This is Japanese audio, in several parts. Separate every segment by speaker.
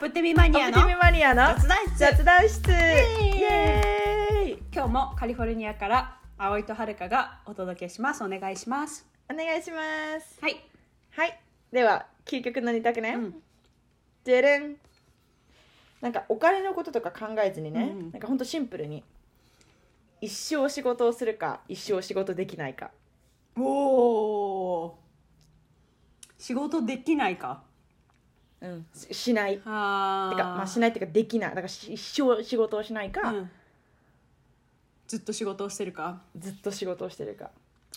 Speaker 1: プティミマニア
Speaker 2: オプ
Speaker 1: の
Speaker 2: ティミマニアの
Speaker 1: 雑談室
Speaker 2: 雑談室イ
Speaker 1: エーイ
Speaker 2: エーイ
Speaker 1: 今日もカリフォルニアから葵とはるかがお届けしますお願いします
Speaker 2: お願いします
Speaker 1: はい、
Speaker 2: はいでは究極の二択ね、
Speaker 1: うん
Speaker 2: でれんなんかお金のこととか考えずにね、
Speaker 1: うん
Speaker 2: なんかほんとシンプルに一生仕事をするか一生仕事できないか
Speaker 1: おお仕事できないか
Speaker 2: うんししないて
Speaker 1: あ
Speaker 2: かまあしないっていうかできないだからし一生仕事をしないか、
Speaker 1: うんずっと仕事をしてるか
Speaker 2: ずっと仕事をしてるか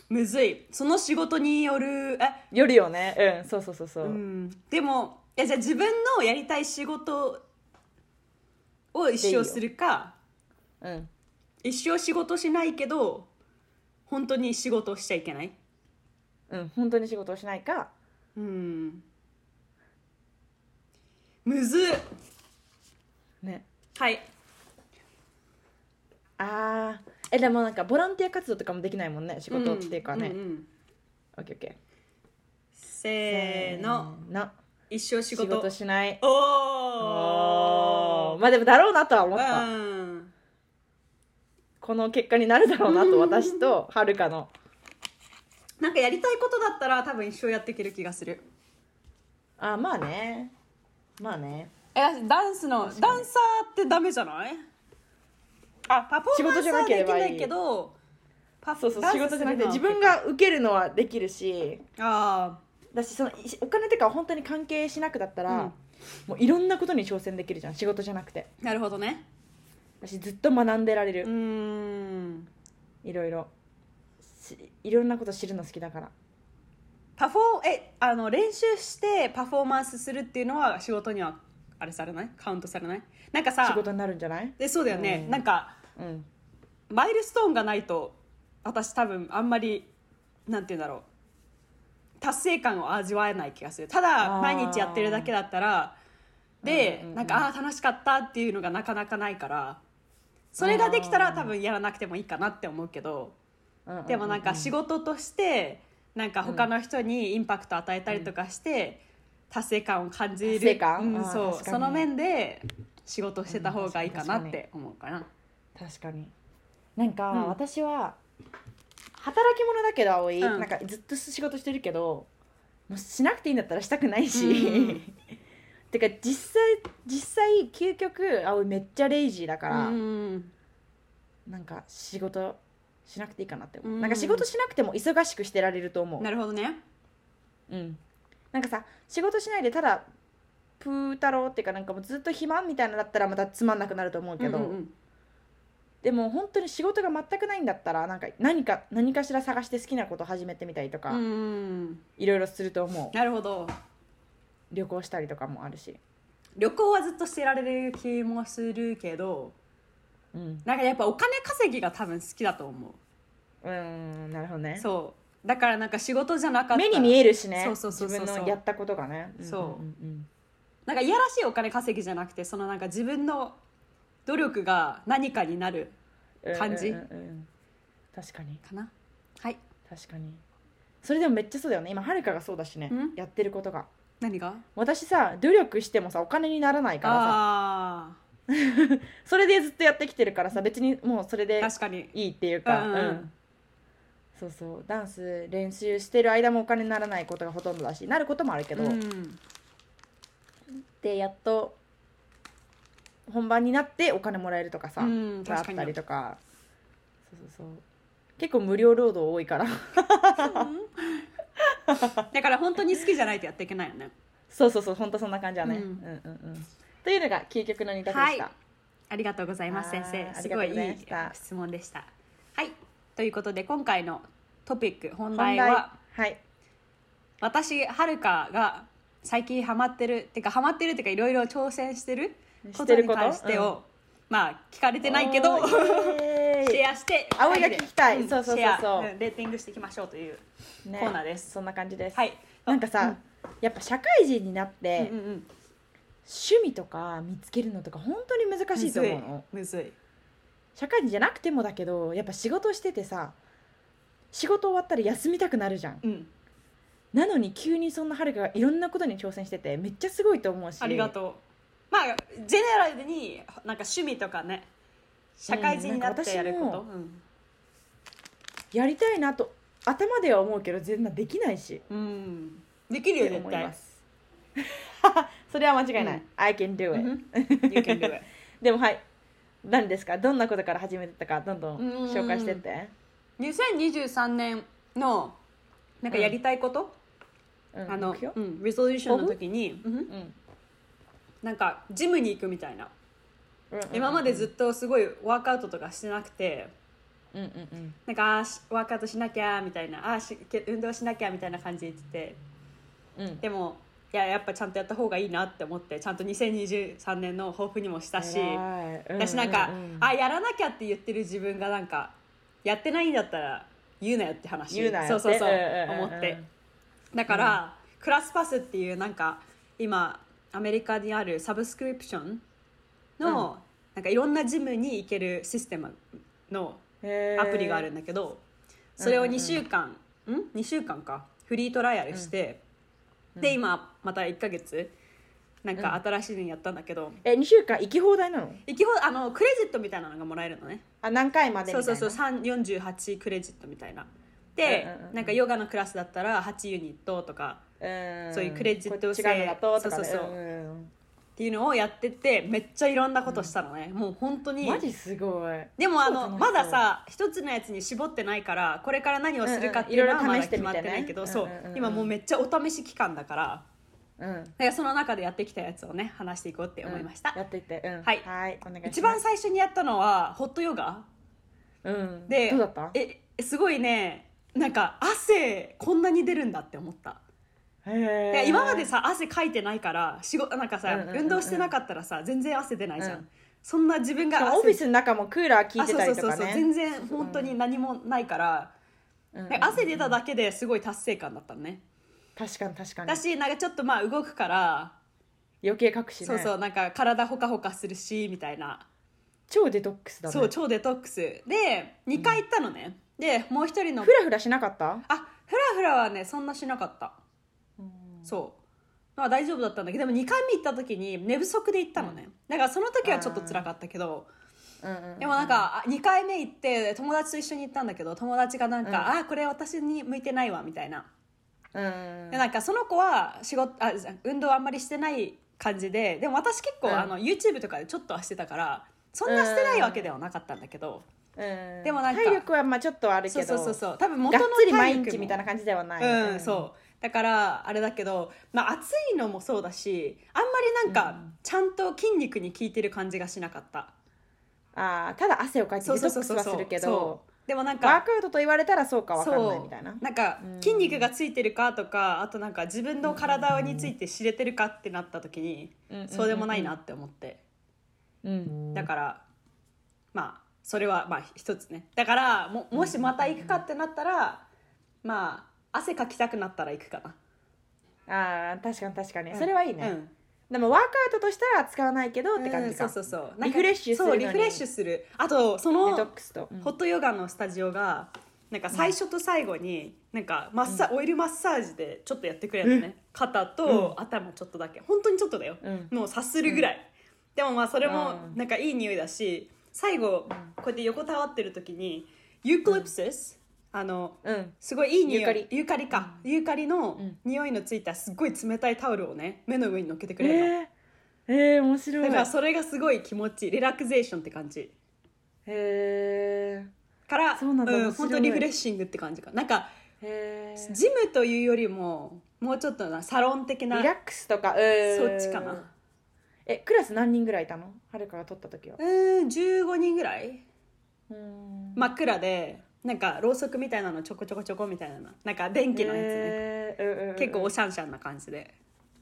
Speaker 1: むずいその仕事によるえ
Speaker 2: よるよねうんそうそうそうそう、
Speaker 1: うんでもいやじゃあ自分のやりたい仕事を一生するか
Speaker 2: うん、
Speaker 1: 一生仕事しないけど本当に仕事をしちゃいけない
Speaker 2: うん、本当に仕事をしないか
Speaker 1: うんむずっ
Speaker 2: ね
Speaker 1: はい
Speaker 2: あーえでもなんかボランティア活動とかもできないもんね仕事っていうかね、
Speaker 1: んんん
Speaker 2: オッケーオッケー
Speaker 1: せーの
Speaker 2: な
Speaker 1: 一生仕
Speaker 2: 仕
Speaker 1: 事
Speaker 2: 事しない
Speaker 1: お
Speaker 2: お
Speaker 1: お
Speaker 2: ーまあでもだろうなとは思った
Speaker 1: うん
Speaker 2: この結果になるだろうなと私とはるかの
Speaker 1: なんかやりたいことだったら多分一生やっていける気がする
Speaker 2: あーまあねまあね
Speaker 1: えダンスのダンサーってダメじゃないあパフォーマンスはできないけどパフ
Speaker 2: そうそう
Speaker 1: ダン
Speaker 2: 仕
Speaker 1: ス
Speaker 2: 事じゃなくて
Speaker 1: す
Speaker 2: 自
Speaker 1: るのは
Speaker 2: 分が受けるのはできるし
Speaker 1: あ
Speaker 2: だしそのいお金とか本当に関係しなくだったら、
Speaker 1: うん
Speaker 2: もういろんなことに挑戦できるじゃん仕事じゃなくて
Speaker 1: あなるほどね
Speaker 2: 私ずっと学んでられ
Speaker 1: う
Speaker 2: る、
Speaker 1: ーん
Speaker 2: いろいろしいろんなこと知るの好きだから
Speaker 1: パフォーえあの練習してパフォーマンスするっていうのは仕事にはあれされないカウントされないなんか
Speaker 2: 仕
Speaker 1: さ
Speaker 2: 事になるんじゃない
Speaker 1: でそうだよね、
Speaker 2: うん
Speaker 1: なんか
Speaker 2: うん
Speaker 1: マイルストーンがないと私多分あんまりなんて言うんだろう達成感を味わえない気がするた
Speaker 2: あ
Speaker 1: だ
Speaker 2: ー
Speaker 1: 毎日やってるだけだったらで、
Speaker 2: うんうんうん
Speaker 1: なんかああー楽しかったっていうのがなかなかないからそれができたら多分やらなくてもいいかなって思うけど
Speaker 2: うんうん
Speaker 1: でもなんか仕事としてなんか他の人にインパクト与えたりとかして達成感を感じる
Speaker 2: 達成感
Speaker 1: うん、
Speaker 2: あ
Speaker 1: そ
Speaker 2: ー確
Speaker 1: う
Speaker 2: かに
Speaker 1: その面で仕事してた方がいいかなって思うかな。
Speaker 2: 確かになんか、
Speaker 1: うん
Speaker 2: 私は働き者だけど葵、
Speaker 1: うん
Speaker 2: なんかずっと仕事してるけどもうしなくていいんだったらしたくないし、
Speaker 1: うんうん
Speaker 2: てか実際実際究極葵めっちゃレイジーだから、
Speaker 1: うん
Speaker 2: なんか仕事しなくていいかなって思う、
Speaker 1: うん
Speaker 2: なんか仕事しなくても忙しくしてられると思う
Speaker 1: なるほどね。
Speaker 2: うん、なんかさ仕事しないでただプー太郎っていうかなんかもうずっと暇みたいなのだったらまたつまんなくなると思うけど、
Speaker 1: うんうんうん
Speaker 2: でも本当に仕事が全くないんだったらなんか何か何かしら探して好きなこと始めてみたりとか、
Speaker 1: うんうん
Speaker 2: いろいろすると思う
Speaker 1: なるほど
Speaker 2: 旅行したりとかもあるし、
Speaker 1: 旅行はずっとしてられる気もするけど
Speaker 2: うん、
Speaker 1: なんかやっぱお金稼ぎが多分好きだと思
Speaker 2: うーんなるほど
Speaker 1: う
Speaker 2: ね
Speaker 1: そうだからなんか仕事じゃなかった
Speaker 2: 目に見
Speaker 1: え
Speaker 2: えるしね
Speaker 1: そうそうそうそうそう
Speaker 2: 自分のやったことがね
Speaker 1: そうん
Speaker 2: ん
Speaker 1: なんかいやらしいお金稼ぎじゃなくてそのなんか自分の努力が何かになる
Speaker 2: うん
Speaker 1: 感じ
Speaker 2: うんうんうん確かに
Speaker 1: かなはい
Speaker 2: 確かにそれでもめっちゃそうだよね今はるかがそうだしね
Speaker 1: うん
Speaker 2: やってることが
Speaker 1: 何が
Speaker 2: 私さ努力してもさお金にならないからさ
Speaker 1: あ
Speaker 2: それでずっとやってきてるからさ別にもうそれ
Speaker 1: あ
Speaker 2: で
Speaker 1: 確かに
Speaker 2: いいっていうか、
Speaker 1: うんうん
Speaker 2: そうそうダンス練習してる間もお金にならないことがほとんどだしなることもあるけど、
Speaker 1: うん
Speaker 2: でやっと本番になってお金もらえるとかさ、
Speaker 1: うん
Speaker 2: があっ
Speaker 1: 確か
Speaker 2: たり
Speaker 1: に
Speaker 2: とかそうそうそう結構無料労働多いから
Speaker 1: だから本当に好きじゃないとやっていけないよね
Speaker 2: そうそうそうほんとそんな感じだね、
Speaker 1: うん
Speaker 2: うんうんうんというのが究極の二択でした、
Speaker 1: はいありがとうございます
Speaker 2: はい
Speaker 1: 先生
Speaker 2: あ
Speaker 1: す
Speaker 2: りがと
Speaker 1: ご
Speaker 2: う
Speaker 1: いい
Speaker 2: ご
Speaker 1: い
Speaker 2: ざいました
Speaker 1: 質問でしたはいということで今回のトピック本
Speaker 2: 本
Speaker 1: 題は
Speaker 2: はい
Speaker 1: 私はるかが最近ハマってるってかハマってるってかいろいろ挑戦してる
Speaker 2: し
Speaker 1: こと
Speaker 2: てる
Speaker 1: に
Speaker 2: こと
Speaker 1: 関して
Speaker 2: うん
Speaker 1: をまあ聞かれてないけど
Speaker 2: お
Speaker 1: シ
Speaker 2: ーイエーイ
Speaker 1: ェアして
Speaker 2: 青いが聞きたい
Speaker 1: ん
Speaker 2: そうそうそうそう
Speaker 1: シェアんレーティングしていきましょうという
Speaker 2: ね
Speaker 1: コーナーです
Speaker 2: そんな感じです、
Speaker 1: はい
Speaker 2: なんかさ、やっぱ社会人になって、
Speaker 1: うんうんうん
Speaker 2: 趣味とか見つけるのとか本当に難しいと思うの
Speaker 1: むずい
Speaker 2: 社会人じゃなくてもだけどやっぱ仕事しててさ仕事終わったら休みたくなるじゃん
Speaker 1: うん
Speaker 2: なのに急にそんなはるかがいろんなことに挑戦しててめっちゃすごいと思うし
Speaker 1: ありがとまあジェネラルになんか趣味とかね社会人になってやること、
Speaker 2: う
Speaker 1: うん
Speaker 2: やりたいなと頭では思うけど全然できないし
Speaker 1: うんできるよ
Speaker 2: って
Speaker 1: 絶
Speaker 2: 思いま
Speaker 1: 対
Speaker 2: す それは間違いない、
Speaker 1: うん
Speaker 2: I can do
Speaker 1: う
Speaker 2: it、
Speaker 1: ん You can do it
Speaker 2: でもはい何ですかどんなことから始めてたかどんどん
Speaker 1: うん
Speaker 2: 紹介してって、
Speaker 1: 2023年のなんかやりたいこと、
Speaker 2: うん
Speaker 1: あの
Speaker 2: 目標
Speaker 1: うん、レソリューションの時に、うん
Speaker 2: うんうん
Speaker 1: なんかジムに行くみたいな
Speaker 2: うんうん
Speaker 1: 今までずっとすごいワークアウトとかしてなくて
Speaker 2: うんうんうん
Speaker 1: なんかあーしワークアウトしなきゃみたいなあーしけ運動しなきゃみたいな感じで言ってて
Speaker 2: うん
Speaker 1: でもいややっぱちゃんとやった方がいいなって思ってちゃんと2023年の抱負にもしたし、
Speaker 2: 偉い
Speaker 1: 私なんか、
Speaker 2: ううう
Speaker 1: あやらなきゃって言ってる自分がなんかやってないんだったら言うなよって話
Speaker 2: 言うなよ
Speaker 1: そうそうそう、
Speaker 2: んんんん
Speaker 1: 思ってだから、クラスパスっていうなんか今アメリカにあるサブスクリプションの、なんかいろんなジムに行けるシステムの
Speaker 2: へー
Speaker 1: アプリがあるんだけど、それを2週間、ん2週間かフリートライアルして、で今また1ヶ月なんか新しいのやったんだけど、
Speaker 2: え二週間行き放題なの
Speaker 1: 行きほあのクレジットみたいなのがもらえるのね
Speaker 2: あ何回までみ
Speaker 1: そ
Speaker 2: た
Speaker 1: う
Speaker 2: いな
Speaker 1: そうそう3 48クレジットみたいなで、
Speaker 2: うんうんうん
Speaker 1: なんかヨガのクラスだったら8ユニットとか
Speaker 2: うん
Speaker 1: そういうクレジット制
Speaker 2: こっち側のだととかね
Speaker 1: そうそうそうんっていうのをやっててめっちゃいろんなことしたのね、もう本当に
Speaker 2: マジすごい
Speaker 1: でもあ
Speaker 2: 超
Speaker 1: の
Speaker 2: 楽し
Speaker 1: ま
Speaker 2: そう
Speaker 1: ださ一つのやつに絞ってないからこれから何をするかっていうのは
Speaker 2: うんうん
Speaker 1: ま
Speaker 2: いろ
Speaker 1: だ
Speaker 2: いろ試して
Speaker 1: 決
Speaker 2: み
Speaker 1: まって
Speaker 2: ね
Speaker 1: てないけど、
Speaker 2: うんうんうん
Speaker 1: そう今もうめっちゃお試し期間だから
Speaker 2: うん
Speaker 1: だからその中でやってきたやつをね話していこうって思いました、
Speaker 2: やっていってうん
Speaker 1: はい
Speaker 2: お願いします
Speaker 1: 一番最初にやったのはホットヨガ
Speaker 2: うん
Speaker 1: で
Speaker 2: どうだった
Speaker 1: えすごいねなんか汗こんなに出るんだって思ったいや
Speaker 2: へー
Speaker 1: 今までさ汗かいてないから仕事なんかさ、
Speaker 2: うんうんうんうん
Speaker 1: 運動してなかったらさ全然汗出ないじゃん、
Speaker 2: うん
Speaker 1: そんな自分
Speaker 2: しか
Speaker 1: が
Speaker 2: もオフィスの中もクーラー効いてたりと
Speaker 1: あそう
Speaker 2: か
Speaker 1: そうそうそう
Speaker 2: ね
Speaker 1: 全然本当に何もないから、
Speaker 2: うん
Speaker 1: で汗出ただけですごい達成感だったのね、
Speaker 2: 確かに確かに
Speaker 1: だしなんかちょっとまあ動くから、
Speaker 2: 余計隠しね
Speaker 1: そうそうなんか体ほかほかするしみたいな、
Speaker 2: 超デトックスだね
Speaker 1: そう超デトックスで2回行ったのね、でもう一人の
Speaker 2: フラフラしなかった
Speaker 1: あフラフラはねそんなしなかったそうまあ大丈夫だったんだけどでも2回目行った時に寝不足で行ったのね、だからその時はちょっと辛かったけど、
Speaker 2: うんうんうん
Speaker 1: でもなんか2回目行って友達と一緒に行ったんだけど友達がなんか「
Speaker 2: うん
Speaker 1: ああこれ私に向いてないわ」みたいな、
Speaker 2: うん
Speaker 1: でなんかその子は仕事あじゃ運動あんまりしてない感じででも私結構、
Speaker 2: うん
Speaker 1: あの YouTube とかでちょっとはしてたからそんなしてないわけではなかったんだけど、
Speaker 2: うん
Speaker 1: でもなんか
Speaker 2: 体力はまあちょっとはあるけ
Speaker 1: そう
Speaker 2: ど
Speaker 1: そうそうそう多分
Speaker 2: が
Speaker 1: 元
Speaker 2: っ
Speaker 1: の
Speaker 2: つり
Speaker 1: 体
Speaker 2: 毎
Speaker 1: 力
Speaker 2: 日
Speaker 1: も
Speaker 2: みたいな感じではない、
Speaker 1: うん、そうだからあれだけど、まあ、暑いのもそうだしあんまりなんかちゃんと筋肉に効いてる感じがしなかった、
Speaker 2: ああただ汗をかいて
Speaker 1: そう
Speaker 2: デト
Speaker 1: そう
Speaker 2: ッ
Speaker 1: そう
Speaker 2: クス
Speaker 1: そう
Speaker 2: はするけど
Speaker 1: そうでもなん
Speaker 2: ワー
Speaker 1: か
Speaker 2: クアウトと言われたらそうかわかんない
Speaker 1: そ
Speaker 2: みたいな
Speaker 1: うなんか
Speaker 2: うん
Speaker 1: 筋肉がついてるかとかあとなんか自分の体について知れてるかってなった時に、
Speaker 2: うん
Speaker 1: そうでもないなって思って、
Speaker 2: うん
Speaker 1: だからまあそれはまあ一つねだからももしまた行くかってなったらまあ汗かきたくなったら行くかな、
Speaker 2: ああ確かに確かに、それはいいね、
Speaker 1: うん
Speaker 2: でもワークアウトとしたら使わないけどって感じか、
Speaker 1: うんそうそうそう
Speaker 2: リフレッシュする
Speaker 1: そ
Speaker 2: の
Speaker 1: う
Speaker 2: に
Speaker 1: リフレッシュするあとそ
Speaker 2: デトッ
Speaker 1: の
Speaker 2: クスと、うん
Speaker 1: ホットヨガのスタジオがなんか最初と最後になんかマッサ、オイルマッサージでちょっとやってくれるのね肩と頭ちょっとだけ本当にちょっとだよ、
Speaker 2: うん
Speaker 1: もうさするぐらい、でもまあそれも
Speaker 2: うん
Speaker 1: なんかいい匂いだし最後こうやって横たわってる時にユークリプシス、あの
Speaker 2: うん
Speaker 1: すごいいい匂い
Speaker 2: ユーカリ
Speaker 1: ユーカリか、ユーカリの
Speaker 2: うん
Speaker 1: 匂いのついたすっごい冷たいタオルをね目の上に乗っけてく
Speaker 2: え
Speaker 1: れるの、
Speaker 2: ー、えー、面白い
Speaker 1: だ
Speaker 2: へ
Speaker 1: からそれがすごい気持ちいいリラクゼーションって感じ
Speaker 2: え
Speaker 1: から
Speaker 2: そうなんだ面白い
Speaker 1: 本当リフレッシングって感じかなんか
Speaker 2: へー
Speaker 1: ジムというよりももうちょっとなサロン的な
Speaker 2: リラックスとかうん
Speaker 1: そっちかな
Speaker 2: えクラス何人ぐらいいたのはるかが取った時は
Speaker 1: うーん15人ぐらい
Speaker 2: うん
Speaker 1: 真っ暗でなんかろうそくみたいなのちょこちょこちょこみたいなのなんか電気のやつね、
Speaker 2: へーうんうんうん
Speaker 1: 結構おしゃんしゃんな感じで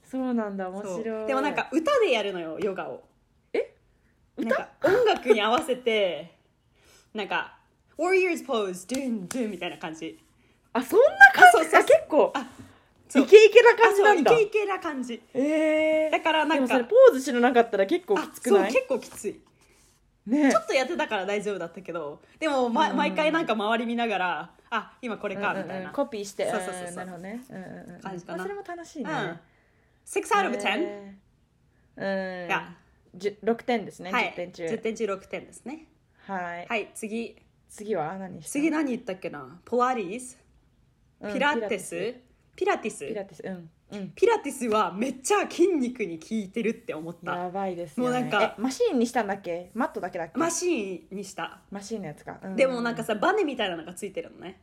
Speaker 2: そうなんだ面
Speaker 1: そう
Speaker 2: 白い
Speaker 1: でもなんか歌でやるのよヨガを
Speaker 2: え
Speaker 1: なんか音楽に合わせてなんか「Warriors Pose ドゥンドゥン」みたいな感じ
Speaker 2: あそんな感
Speaker 1: あそ
Speaker 2: じ
Speaker 1: うそう
Speaker 2: あ結構
Speaker 1: あそう
Speaker 2: イケイケな感じなん
Speaker 1: あ
Speaker 2: だ
Speaker 1: そうイケイケな感じ
Speaker 2: えー
Speaker 1: だからなんか
Speaker 2: でもそれポーズしなかったら結構きつく
Speaker 1: そう
Speaker 2: ない
Speaker 1: 結構きつい
Speaker 2: ね
Speaker 1: ちょっとやってたから大丈夫だったけどでも、ま
Speaker 2: うん
Speaker 1: 毎回なんか周り見ながらあ今これか
Speaker 2: うんうんう
Speaker 1: み
Speaker 2: ん
Speaker 1: たいな、
Speaker 2: コピーして
Speaker 1: そうそうそうそうん
Speaker 2: なるほどねうんうんうん
Speaker 1: 感じかな
Speaker 2: まあそれも楽しいね
Speaker 1: うん、6 out of 10、
Speaker 2: えーうん
Speaker 1: が、
Speaker 2: じゅ6点ですね、
Speaker 1: はい
Speaker 2: 10点中
Speaker 1: 10点中6点ですね
Speaker 2: はい、
Speaker 1: はい次
Speaker 2: 次は何した
Speaker 1: 次何言ったっけなポラリス
Speaker 2: うん
Speaker 1: ピラティスピラティス
Speaker 2: ピラティスうんうん
Speaker 1: ピラティスはめっちゃ筋肉に効いてるって思った
Speaker 2: やばいですよね
Speaker 1: もうなんか
Speaker 2: えマシーンにしたんだっけマットだけだっけ
Speaker 1: マシーンにした
Speaker 2: マシーンのやつか、う
Speaker 1: でもなんかさバネみたいなのがついてるのね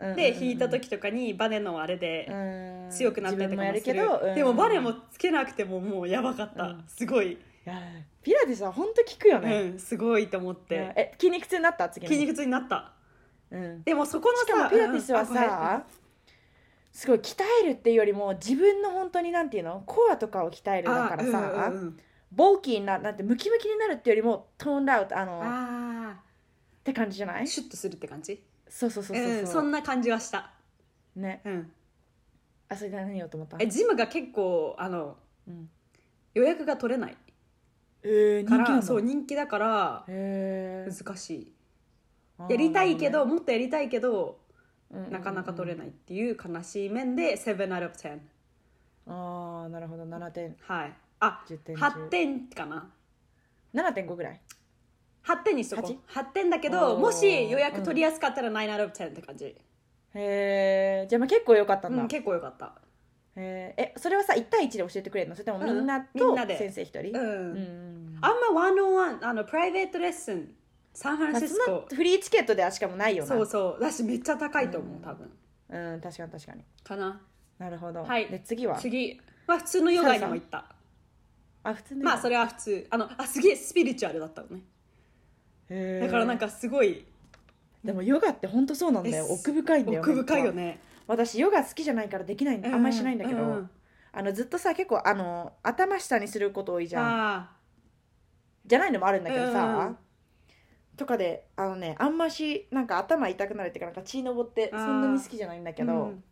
Speaker 2: うん
Speaker 1: で引いた時とかにバネのあれで
Speaker 2: うん
Speaker 1: 強くなったりとかもす
Speaker 2: 自分
Speaker 1: る
Speaker 2: もやるけど、うん
Speaker 1: でもバネもつけなくてももうやばかった、
Speaker 2: うん
Speaker 1: すごい、
Speaker 2: いやピラティスは本当効くよ
Speaker 1: う
Speaker 2: ね、
Speaker 1: ん、すごいと思って、
Speaker 2: うんえ筋肉痛になった次の日
Speaker 1: 筋肉痛になった
Speaker 2: うん
Speaker 1: でもそこのさ
Speaker 2: しかもピラティスは
Speaker 1: うんあ
Speaker 2: さ、すごい鍛えるっていうよりも自分の本当になんていうのコアとかを鍛える
Speaker 1: ごめん
Speaker 2: だからさ、
Speaker 1: あうんうんうん
Speaker 2: ボーキーにななんてムキムキになるっていうよりもトーンダウトあのっ
Speaker 1: あ
Speaker 2: て感じじゃな
Speaker 1: ー
Speaker 2: い
Speaker 1: シュッとするって感じ
Speaker 2: そうそうそうそう
Speaker 1: うんそんな感じはした、
Speaker 2: ね
Speaker 1: うん、
Speaker 2: あそれで何言おうと思った
Speaker 1: えジムが結構あの
Speaker 2: うん
Speaker 1: 予約が取れない
Speaker 2: えー、人気
Speaker 1: か
Speaker 2: な
Speaker 1: ら
Speaker 2: んだ
Speaker 1: そう人気だから
Speaker 2: へー
Speaker 1: 難しい
Speaker 2: あー
Speaker 1: やりたいけ
Speaker 2: な
Speaker 1: ど
Speaker 2: る
Speaker 1: もっとやりたいけど
Speaker 2: ほどね
Speaker 1: なかなか取れ
Speaker 2: い
Speaker 1: ないっていう悲しい面で7 out of 10
Speaker 2: ああなるほど7点
Speaker 1: はいあ
Speaker 2: 10点
Speaker 1: 8点かな
Speaker 2: 7.5ぐらい
Speaker 1: 8点にしとこ
Speaker 2: 八
Speaker 1: う8点だけど
Speaker 2: おー
Speaker 1: もし予約取りやすかったら9 out of 10って感じ、
Speaker 2: へえじゃあまあ結構良かったん
Speaker 1: う
Speaker 2: だ、
Speaker 1: ん、結構よかった
Speaker 2: へーえそれはさ1対1で教えてくれるのそれともみんな
Speaker 1: うんみん
Speaker 2: と
Speaker 1: なで
Speaker 2: 先生一人、
Speaker 1: う、
Speaker 2: うんん
Speaker 1: あんまワンオンワンあのプライベートレッスンサンフランシス
Speaker 2: そん
Speaker 1: コ
Speaker 2: なフリーチケットではしかもないよな
Speaker 1: そうそうだしめっちゃ高いと思う、
Speaker 2: うん
Speaker 1: 多分
Speaker 2: うん確かに確かに
Speaker 1: かな
Speaker 2: なるほど、
Speaker 1: はい
Speaker 2: で次は
Speaker 1: 次まあ普通のヨガにも行った
Speaker 2: あ普通の
Speaker 1: まあそれは普通あのあすげえスピリチュアルだったのね
Speaker 2: れ
Speaker 1: だからなんかすごい
Speaker 2: でもヨガって本当そうなんだよ
Speaker 1: え
Speaker 2: 奥深いんだよ
Speaker 1: 奥深いよ
Speaker 2: めっち
Speaker 1: ね
Speaker 2: ゃ私ヨガ好きじゃないからできないんだあんまりしないんだけど、
Speaker 1: うう
Speaker 2: あのずっとさ結構あの頭下にすること多いじゃん
Speaker 1: あ
Speaker 2: じゃないのもあるんだけど
Speaker 1: うんう
Speaker 2: さ
Speaker 1: ん
Speaker 2: とかであのねあんましなんか頭痛くなるっていうかなんか血のぼって
Speaker 1: あ
Speaker 2: そ
Speaker 1: ー
Speaker 2: んなに好きじゃないんだ
Speaker 1: ー
Speaker 2: けど、
Speaker 1: うん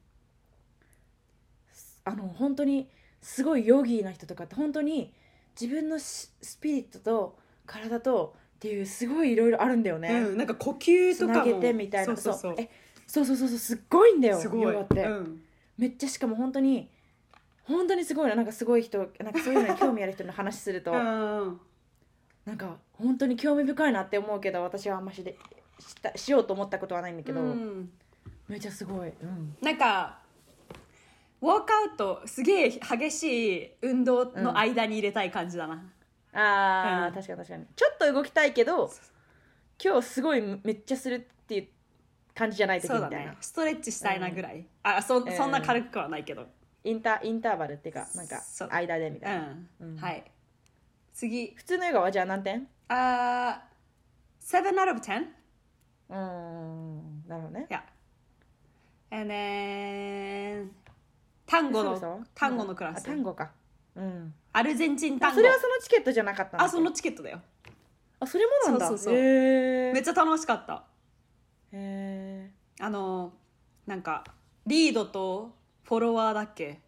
Speaker 2: あの本当にすごいヨギーな人とかって本当に自分のしスピリットと体とっていうすごいいろいろあるんだよね、
Speaker 1: うんなんか呼吸と
Speaker 2: つな
Speaker 1: か
Speaker 2: げ
Speaker 1: も
Speaker 2: てみたいな
Speaker 1: そうそうそう
Speaker 2: えそうそうそうそうすっごいんだよ
Speaker 1: すごい
Speaker 2: ヨガって、
Speaker 1: うん
Speaker 2: めっちゃしかも本当に本当にすごいのなんかすごい人なんかそういうのに興味ある人の話すると
Speaker 1: うん
Speaker 2: なんか本当に興味深いなって思うけど私はあんましでしたしようと思ったことはないんだけど、
Speaker 1: うん
Speaker 2: めっちゃすごい、うん、
Speaker 1: なんかウォークアウトすげえ激しい運動の間に入れたい感じだな、
Speaker 2: あー、
Speaker 1: うん
Speaker 2: 確かに確かにちょっと動きたいけど今日すごいめっちゃするっていう感じじゃない時み
Speaker 1: そう
Speaker 2: たい
Speaker 1: だ
Speaker 2: な、
Speaker 1: ねストレッチしたいなぐらい、あそ
Speaker 2: ん
Speaker 1: そんな軽くはないけど
Speaker 2: インタインターバルっていうかなんか
Speaker 1: そう
Speaker 2: 間でみ
Speaker 1: う
Speaker 2: たいな、
Speaker 1: ん、
Speaker 2: うん
Speaker 1: はい次
Speaker 2: 普通のヨガはじゃあ何点
Speaker 1: あー7 out of 10?
Speaker 2: うーんなるほどね
Speaker 1: Yeah. And then 単語
Speaker 2: そろそ
Speaker 1: の
Speaker 2: ろ
Speaker 1: 単語のクラ
Speaker 2: あ
Speaker 1: ス
Speaker 2: 単語かうん
Speaker 1: アルゼンチン単語
Speaker 2: それはそのチケットじゃなかったんだ
Speaker 1: あそのチケットだよ
Speaker 2: あそれもなんだ
Speaker 1: そうそうそう
Speaker 2: へ
Speaker 1: めっ
Speaker 2: ー
Speaker 1: ちゃ楽しかった
Speaker 2: へ
Speaker 1: あのなんかリードとフォロワーだっけ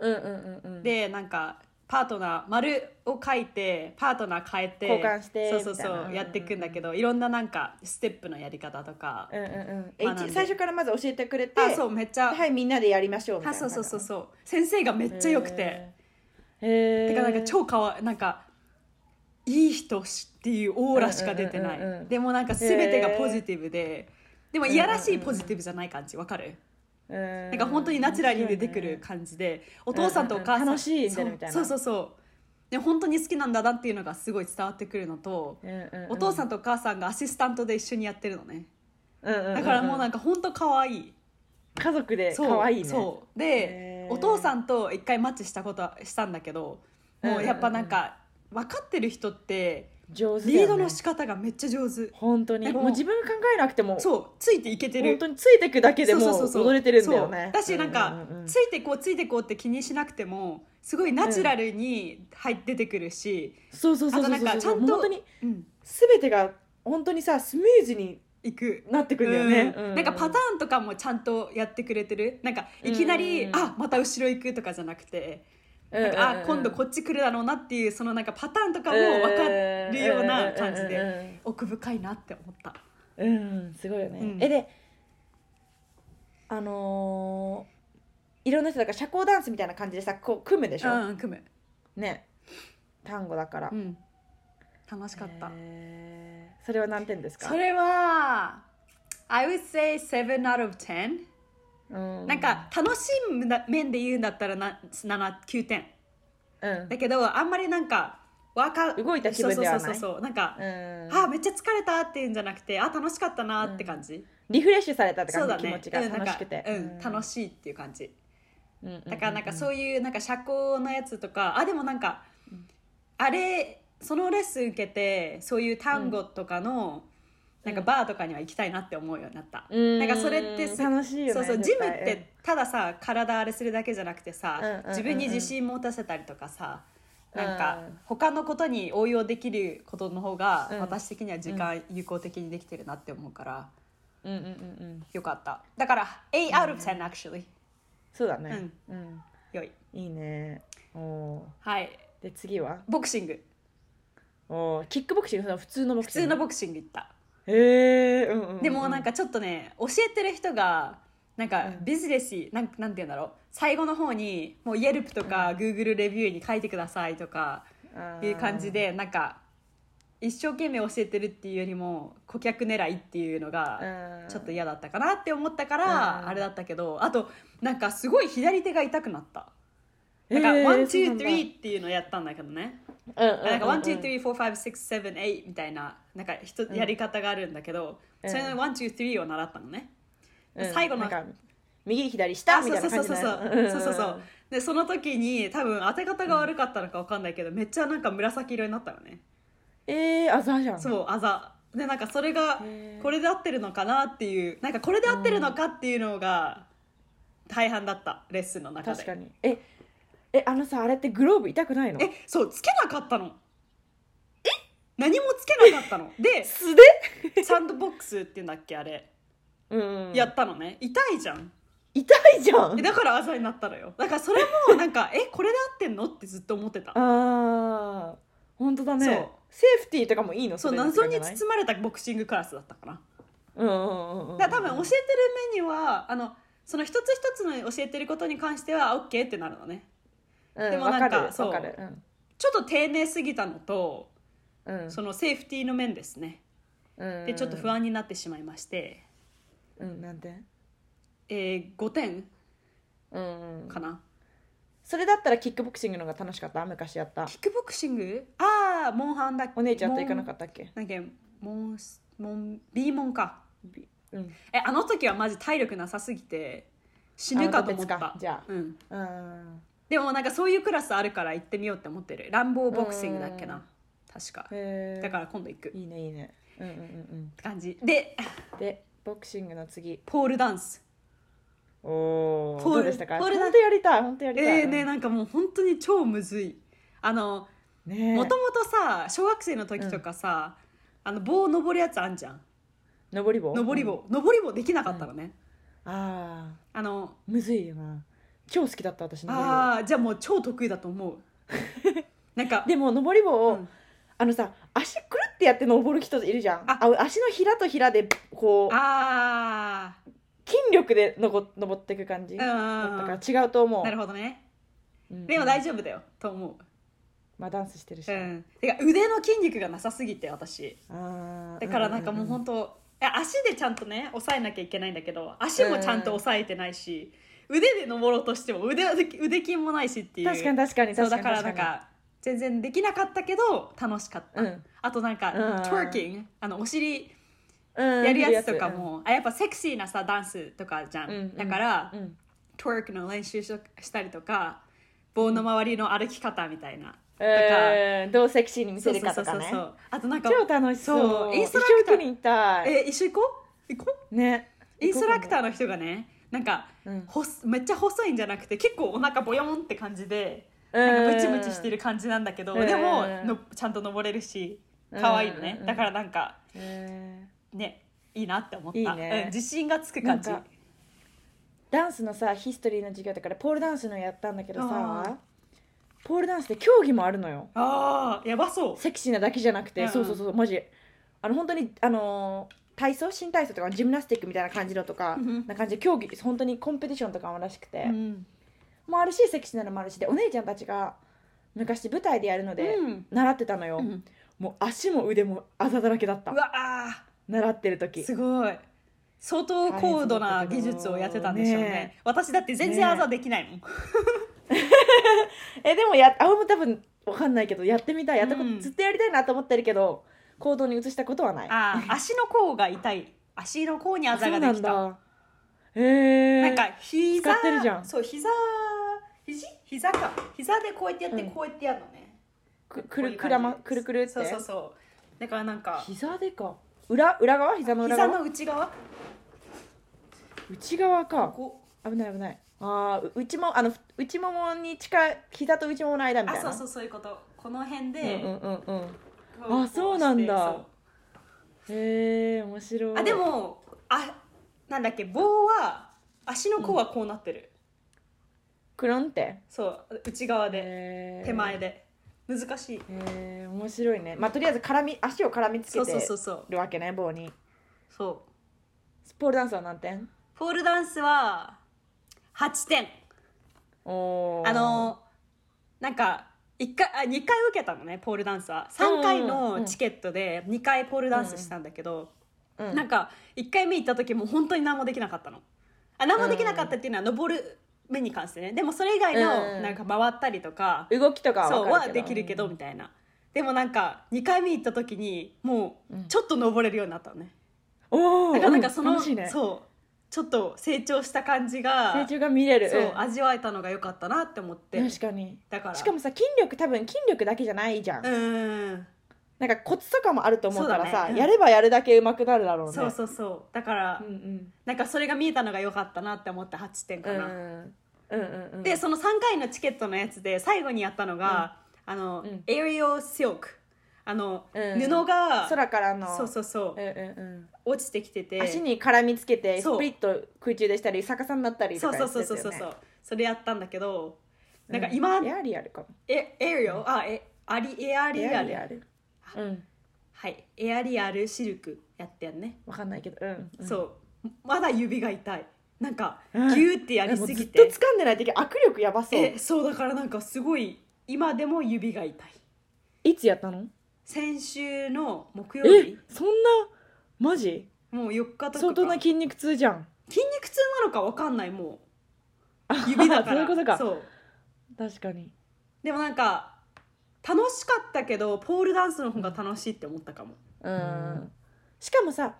Speaker 2: ーうんうんうんうん
Speaker 1: でなんかパートナー丸を書いてパートナー変えて
Speaker 2: 交換して
Speaker 1: そうそう
Speaker 2: みたい
Speaker 1: そ
Speaker 2: な
Speaker 1: うやっていくんだけどいろんななんかステップのやり方とか
Speaker 2: うんうんうんえ
Speaker 1: 学んで
Speaker 2: 一最初からまず教えてくれて
Speaker 1: あそうめっちゃ
Speaker 2: はいみんなでやりましょうみたい
Speaker 1: あ
Speaker 2: な
Speaker 1: そうそうそうそう先生がめっちゃ良くて
Speaker 2: へー
Speaker 1: てかなんか超かわなんかいい人しっていうオーラしか出てな
Speaker 2: うんうんうんうん
Speaker 1: いでもなんか全てがポジティブででもいやらしいポジティブじゃない感じわかる
Speaker 2: な
Speaker 1: なんか本当にナチュラルに出てくる感じでお父さんとお母さん
Speaker 2: うんうん楽しい
Speaker 1: そう
Speaker 2: みたいな
Speaker 1: そうそうそうで本当に好きなんだなっていうのがすごい伝わってくるのとお父さん
Speaker 2: と
Speaker 1: とお母さんがアシスタントで一緒にやってるのね
Speaker 2: だ
Speaker 1: だからもうなん
Speaker 2: か
Speaker 1: んか本当可愛い
Speaker 2: 家族で
Speaker 1: そう
Speaker 2: 可愛いね
Speaker 1: そう
Speaker 2: へ
Speaker 1: で
Speaker 2: ー
Speaker 1: お父さんと一回マッチしたことはしたんだけどもうやっぱなんか分かってる人って
Speaker 2: 上手だよね
Speaker 1: リードの仕方がめっちゃ上手
Speaker 2: 本当に
Speaker 1: でも
Speaker 2: もう自分考えなくても
Speaker 1: そうついていけてる
Speaker 2: 本当についてくだけでも
Speaker 1: そう
Speaker 2: う
Speaker 1: そうそうそう
Speaker 2: 踊れてるんだよね
Speaker 1: そうだしなんか
Speaker 2: ううう
Speaker 1: ついてこうついてこうって気にしなくてもすごいナチュラルに入って出てくるし、
Speaker 2: そうそうそうそう
Speaker 1: あとなんかちゃんと
Speaker 2: もう本当に
Speaker 1: うん、
Speaker 2: 全てが本当にさスムーズに
Speaker 1: 行く。
Speaker 2: なってくるんだよね、
Speaker 1: うんなんかパターンとかもちゃんとやってくれてるなんかいきなり、
Speaker 2: うん
Speaker 1: あまた後ろ行くとかじゃなくて、
Speaker 2: ー
Speaker 1: なんかあ今度こっち来るだろうなっていうそのなんかパターンとかも分かるような感じで、
Speaker 2: で
Speaker 1: 奥深いなって思った
Speaker 2: うんうんすごいよね、
Speaker 1: うん
Speaker 2: えであのーいろんな人だから社交ダンスみたいな感じでさこう組むでしょ、
Speaker 1: うん組む
Speaker 2: ね単語だから、
Speaker 1: うん、楽しかった、
Speaker 2: へーそれは何点ですか
Speaker 1: それは I would say 7 out of 10、
Speaker 2: うん、
Speaker 1: なんか楽しむな面で言うんだったらな79点
Speaker 2: うん
Speaker 1: だけどあんまりなんかわか
Speaker 2: 動いた気分ではない
Speaker 1: そうそうそうそうなんか、
Speaker 2: うん
Speaker 1: あめっちゃ疲れたっていうんじゃなくてあ楽しかったなって感じ、
Speaker 2: リフレッシュされたって
Speaker 1: そうだ
Speaker 2: 感じ、
Speaker 1: ね
Speaker 2: 気持ちが
Speaker 1: うんなんか
Speaker 2: 楽しくて、
Speaker 1: うん、楽
Speaker 2: し
Speaker 1: しいっていう感じ
Speaker 2: い
Speaker 1: だからなんか
Speaker 2: う
Speaker 1: そういうなんか社交のやつとかあでもなんか
Speaker 2: うん
Speaker 1: あれそのレッスン受けてそういう単語とかの
Speaker 2: う
Speaker 1: なんんかバーとかには行きたいなって思うようになった
Speaker 2: んうん
Speaker 1: なんかそれってす
Speaker 2: 楽しいよね
Speaker 1: そうそうジ
Speaker 2: 絶
Speaker 1: ムっ
Speaker 2: 対
Speaker 1: てたださ体あれするだけじゃなくて
Speaker 2: うんうんう
Speaker 1: さ
Speaker 2: んうん
Speaker 1: 自分に自信持たせたりとかさなんか
Speaker 2: うん
Speaker 1: 他のことに応用できることの方が
Speaker 2: うん
Speaker 1: 私的には時間有効的にできてるなって思うから
Speaker 2: うんうんうんうん
Speaker 1: よかっただから8 out of 10 actually
Speaker 2: そうだねうん、
Speaker 1: 良い
Speaker 2: いいねおー
Speaker 1: はい
Speaker 2: で次は
Speaker 1: ボクシング
Speaker 2: おーキックボクシングその普通のボク
Speaker 1: 普
Speaker 2: シング
Speaker 1: 通のボクシング行った
Speaker 2: へえ、うんうんうんうん、
Speaker 1: でもなんかちょっとね教えてる人がなんか
Speaker 2: うん
Speaker 1: ビジネスなんなんて言うんだろう最後の方にもう Yelp とか Google レビューに書いてくださいとか
Speaker 2: あー
Speaker 1: いう感じでなんか一生懸命教えてるっていうよりも顧客狙いっていうの
Speaker 2: う
Speaker 1: が
Speaker 2: ん
Speaker 1: ちょっと嫌だったかなって思ったから、
Speaker 2: うん
Speaker 1: あれだったけどあとなんかすごい左手が痛くなった。なんか
Speaker 2: へーそうなんだ
Speaker 1: 123っていうのをやったんだけどね
Speaker 2: うんうんうんうん
Speaker 1: なんか1234567みたいななんかひとやり方があるんだけど、
Speaker 2: うん
Speaker 1: それの123を習ったのね、
Speaker 2: うん
Speaker 1: 最後の
Speaker 2: なんか右左下みたいな感じ
Speaker 1: そうそうそうそうそうそうそうでその時に多分当て方が悪かったのか分かんないけど、めっちゃなんか紫色になったのね、
Speaker 2: ええー、あざじゃん
Speaker 1: そうあざでなんかそれが
Speaker 2: へー
Speaker 1: これで合ってるのかなっていうなんかこれで合ってるのかっていうのが大半だったレッスンの中で
Speaker 2: 確かにええあのさあれってグローブ痛くないの
Speaker 1: えそうつけなかったのえ何もつけなかったので
Speaker 2: 素手
Speaker 1: サンドボックスっていうんだっけあれ
Speaker 2: うん
Speaker 1: やったのね痛いじゃん
Speaker 2: 痛いじゃ
Speaker 1: え
Speaker 2: ん
Speaker 1: だからあざになったのよだからそれもなんか えこれで合ってんのってずっと思ってた
Speaker 2: あー本当だね
Speaker 1: そう
Speaker 2: セーフティーとかもいいの
Speaker 1: そう
Speaker 2: れなんて
Speaker 1: 謎
Speaker 2: 感じ
Speaker 1: に
Speaker 2: じゃない
Speaker 1: 包まれたボクシングクラスだったかな
Speaker 2: うんうんうんうん
Speaker 1: だから多分教えてるメニューはあのその一つ一つの教えてることに関しては OK ってなるのね
Speaker 2: うん
Speaker 1: でもなんか
Speaker 2: わる
Speaker 1: そう
Speaker 2: わかるうん
Speaker 1: ちょっと丁寧すぎたのと
Speaker 2: うん
Speaker 1: そのセーフティーの面ですね
Speaker 2: うん
Speaker 1: でちょっと不安になってしまいまして、
Speaker 2: うんなんて
Speaker 1: えー、5点
Speaker 2: うんうん
Speaker 1: かな、
Speaker 2: それだったらキックボクシングの方が楽しかった昔やった
Speaker 1: キックボクシングああモンハンだっけ
Speaker 2: お姉ちゃんと行かな
Speaker 1: モ
Speaker 2: かったっけ
Speaker 1: ンなんかモンスモンビーモンか
Speaker 2: うん
Speaker 1: えあの時はマジ体力なさすぎて死ぬかと思っ
Speaker 2: あま
Speaker 1: た
Speaker 2: 別じゃ
Speaker 1: うん、
Speaker 2: あうん
Speaker 1: でもなんかそういうクラスあるから行ってみようって思ってる乱暴ボクシングだっけ
Speaker 2: うん
Speaker 1: な確か
Speaker 2: へえ
Speaker 1: だから今度行くっ
Speaker 2: いいねいいねうんうんうん
Speaker 1: て感じで
Speaker 2: うんでボクシングの次
Speaker 1: ポールダンス
Speaker 2: おお
Speaker 1: ポール
Speaker 2: どうでしたか
Speaker 1: ポールだ
Speaker 2: 本当やりたい本当やりたい
Speaker 1: えー、ねなんかもう本当に超むずいあの
Speaker 2: ね
Speaker 1: もともとさ小学生の時とかさ、あの棒登るやつあんじゃん
Speaker 2: 登り棒
Speaker 1: 登り
Speaker 2: うん
Speaker 1: 棒登り棒できなかったのね、
Speaker 2: ああ
Speaker 1: あの
Speaker 2: むずいよな超好きだった私登り棒
Speaker 1: ああじゃあもう超得意だと思 うなんか
Speaker 2: でも登り棒を、
Speaker 1: うん
Speaker 2: あのさ足くるってやって登る人いるじゃん
Speaker 1: あ
Speaker 2: あ足のひらとひらでこう
Speaker 1: あ
Speaker 2: 筋力でのご登っていく感じ
Speaker 1: ー
Speaker 2: だっ
Speaker 1: うんうんう
Speaker 2: た
Speaker 1: ん
Speaker 2: から違うと思う
Speaker 1: なるほどね
Speaker 2: うん
Speaker 1: でも大丈夫だよと思
Speaker 2: まあダンスしてるし、
Speaker 1: ううんてか腕の筋肉がなさすぎて私
Speaker 2: あー
Speaker 1: だからなんかもう本当、え足でちゃんとね抑えなきゃいけないんだけど足もちゃんと抑えてないし、腕で登ろうとしても腕腕筋もないしっていう
Speaker 2: 確かに確かに
Speaker 1: そう
Speaker 2: 確か
Speaker 1: だから
Speaker 2: に
Speaker 1: なん
Speaker 2: 確か
Speaker 1: か全然できなかったけど楽しかった、
Speaker 2: うん
Speaker 1: あとなんか、
Speaker 2: うん
Speaker 1: トゥーキングあのお尻
Speaker 2: にうん
Speaker 1: やるやつとかも、あやっぱセクシーなさダンスとかじゃん、
Speaker 2: うんうん
Speaker 1: だから、
Speaker 2: うんうん
Speaker 1: トゥークの練習ししたりとか棒の周りの歩き方みたいな、
Speaker 2: えーどうセクシーに見
Speaker 1: そ
Speaker 2: せ
Speaker 1: う
Speaker 2: る
Speaker 1: そう
Speaker 2: か
Speaker 1: そ
Speaker 2: と
Speaker 1: うそ
Speaker 2: か
Speaker 1: う
Speaker 2: ね
Speaker 1: あとなんか
Speaker 2: 超楽しそ
Speaker 1: そううインストラ
Speaker 2: 一
Speaker 1: ク
Speaker 2: 緒
Speaker 1: ター
Speaker 2: に行きたい
Speaker 1: え一緒行こう行こ
Speaker 2: ね
Speaker 1: うインストラクタ
Speaker 2: ー
Speaker 1: ーの人がねなんか、
Speaker 2: うん
Speaker 1: ほすめっちゃ細いんじゃなくて結構お腹ボヨンって感じでなんかムチムチしてる感じなんだけど、
Speaker 2: うん
Speaker 1: でも
Speaker 2: うん
Speaker 1: のちゃんと登れるし可愛いの
Speaker 2: うん
Speaker 1: ね、
Speaker 2: うんうん
Speaker 1: だからなんか
Speaker 2: え
Speaker 1: ねいいなって思った
Speaker 2: いいね
Speaker 1: うん自信がつく感じ
Speaker 2: なんかーダンスのさヒストリーの授業だからポールダンスのやったんだけど
Speaker 1: あ
Speaker 2: さポールダンスって競技もあるのよ
Speaker 1: あーやばそう
Speaker 2: セクシーなだけじゃなくて、
Speaker 1: うんうん
Speaker 2: そうそうそうマジあの本当にあのー体操新体操とかジムナスティックみたいな感じのとか
Speaker 1: うんうん
Speaker 2: な感じで競技本当にコンペティションとかもらしくて、
Speaker 1: うん
Speaker 2: もあるしセクシーなのもあるしでお姉ちゃんたちが昔舞台でやるので
Speaker 1: うん
Speaker 2: 習ってたのよ、
Speaker 1: うん
Speaker 2: もう足も腕もあざだらけだっ
Speaker 1: う
Speaker 2: た
Speaker 1: わあ
Speaker 2: 習ってる時
Speaker 1: すごい相当高度な技術をやってたんでしょうね
Speaker 2: ね
Speaker 1: 私だって全
Speaker 2: ね
Speaker 1: 然あざできないもん、
Speaker 2: えでもや青も多分わかんないけどやってみたいやったこと、
Speaker 1: うん
Speaker 2: ずっとやりたいなと思ってるけど行動に移したことはない
Speaker 1: ああ足の甲が痛い足の甲にあざができた
Speaker 2: そう
Speaker 1: な
Speaker 2: なんんだへえ
Speaker 1: か膝
Speaker 2: 使ってるじゃん
Speaker 1: そう膝肘膝か膝でこうやってやって、
Speaker 2: うん
Speaker 1: こうやってやるのね
Speaker 2: くく
Speaker 1: こうい
Speaker 2: る
Speaker 1: う
Speaker 2: く
Speaker 1: 感じ
Speaker 2: らまくるくるって
Speaker 1: そうそうそうだからなんか
Speaker 2: 膝でか裏裏側膝の裏
Speaker 1: 膝
Speaker 2: 側
Speaker 1: の内側
Speaker 2: 内側
Speaker 1: こ
Speaker 2: か
Speaker 1: こ
Speaker 2: 危ない危ないあーう内もあの内ももに近い膝と内ももの間み
Speaker 1: あ
Speaker 2: たいな
Speaker 1: そうそうそういうことこの辺で、
Speaker 2: うんうんうんうん
Speaker 1: ここ
Speaker 2: あそうなんだ
Speaker 1: こうして
Speaker 2: へえ面白
Speaker 1: そ
Speaker 2: いう
Speaker 1: あでもあなんだっけ棒は足の甲はこうなってる、
Speaker 2: クロンって
Speaker 1: そう内側で
Speaker 2: 手
Speaker 1: 手前で難しい
Speaker 2: へえ面白いねまあとりあえず絡み足を絡みつけ
Speaker 1: そうそう
Speaker 2: て
Speaker 1: そうそう
Speaker 2: るわけね棒に
Speaker 1: そう
Speaker 2: スポールダンスは何点
Speaker 1: ポールダンスは8点
Speaker 2: おー
Speaker 1: あのなんか1回あ2回受けたのねポールダンスは3回
Speaker 2: うんうんう
Speaker 1: の
Speaker 2: ん
Speaker 1: チケットで2回ポールダンスしたんだけど、
Speaker 2: うん
Speaker 1: なんか1回目行った時も本当に何もできなかったのあ何もできなかったっていうのは登る目に関してねでもそれ以外
Speaker 2: うんう
Speaker 1: の
Speaker 2: ん
Speaker 1: なんか回ったりとか、
Speaker 2: 動きとか
Speaker 1: そう
Speaker 2: わか
Speaker 1: は
Speaker 2: るけ
Speaker 1: で
Speaker 2: ど
Speaker 1: きるけど
Speaker 2: うん
Speaker 1: みたいなでもなんか2回目行った時にもう
Speaker 2: うん
Speaker 1: ちょっと登れるようになったのね、
Speaker 2: おお
Speaker 1: だからなんかその、
Speaker 2: 楽しいね
Speaker 1: そうちょっと成長した感じが
Speaker 2: 成長が見れる
Speaker 1: そうん味わえたのが良かったなって思って
Speaker 2: 確かに
Speaker 1: だから
Speaker 2: しかもさ筋力多分筋力だけじゃないじゃん、
Speaker 1: うん
Speaker 2: なんかコツとかもあると思うから
Speaker 1: そう
Speaker 2: さ、
Speaker 1: だね
Speaker 2: やればやるだけ上手くなるだろうね
Speaker 1: そうそうそうだから、
Speaker 2: うんうん
Speaker 1: なんかそれが見えたのが良かったなって思って8点
Speaker 2: う
Speaker 1: か
Speaker 2: んう
Speaker 1: な、
Speaker 2: んうんうん
Speaker 1: でその3回のチケットのやつで最後にやったのが、あの、
Speaker 2: うん
Speaker 1: エリオシルクあの、
Speaker 2: うん
Speaker 1: 布が
Speaker 2: 空からの
Speaker 1: そうそうそう、
Speaker 2: うんうん
Speaker 1: 落ちてきて
Speaker 2: う
Speaker 1: て
Speaker 2: ん、足に絡みつけてス
Speaker 1: そう
Speaker 2: プリット空中でしたり逆さになったりと
Speaker 1: そう
Speaker 2: か
Speaker 1: そ
Speaker 2: や
Speaker 1: う
Speaker 2: ってた
Speaker 1: そう
Speaker 2: よね
Speaker 1: そうそうそうそれやったんだけど
Speaker 2: う
Speaker 1: なんか今
Speaker 2: エアリアルかも
Speaker 1: えエリオ、あえアリエアリアル
Speaker 2: ルうん
Speaker 1: はいエアリアルシルクやってんね、
Speaker 2: わかんないけどうん、うん、
Speaker 1: そうまだ指が痛いなんかギ
Speaker 2: うん
Speaker 1: ューってやりすぎて、
Speaker 2: もうずっと掴んでない時握力やばそう
Speaker 1: えそうだからなんかすごい今でも指が痛い
Speaker 2: いつやったの
Speaker 1: 先週の木曜
Speaker 2: え
Speaker 1: 日
Speaker 2: そんなマジ
Speaker 1: もう4日とか
Speaker 2: 相当な
Speaker 1: 筋
Speaker 2: 筋肉痛じゃん
Speaker 1: 肉痛なのかわかんないもう指だか
Speaker 2: そうい
Speaker 1: ら
Speaker 2: うことか
Speaker 1: そう
Speaker 2: 確かに
Speaker 1: でもなんか楽しかったけどポールダンスの方が楽しいって思ったかも、
Speaker 2: うんしかもさ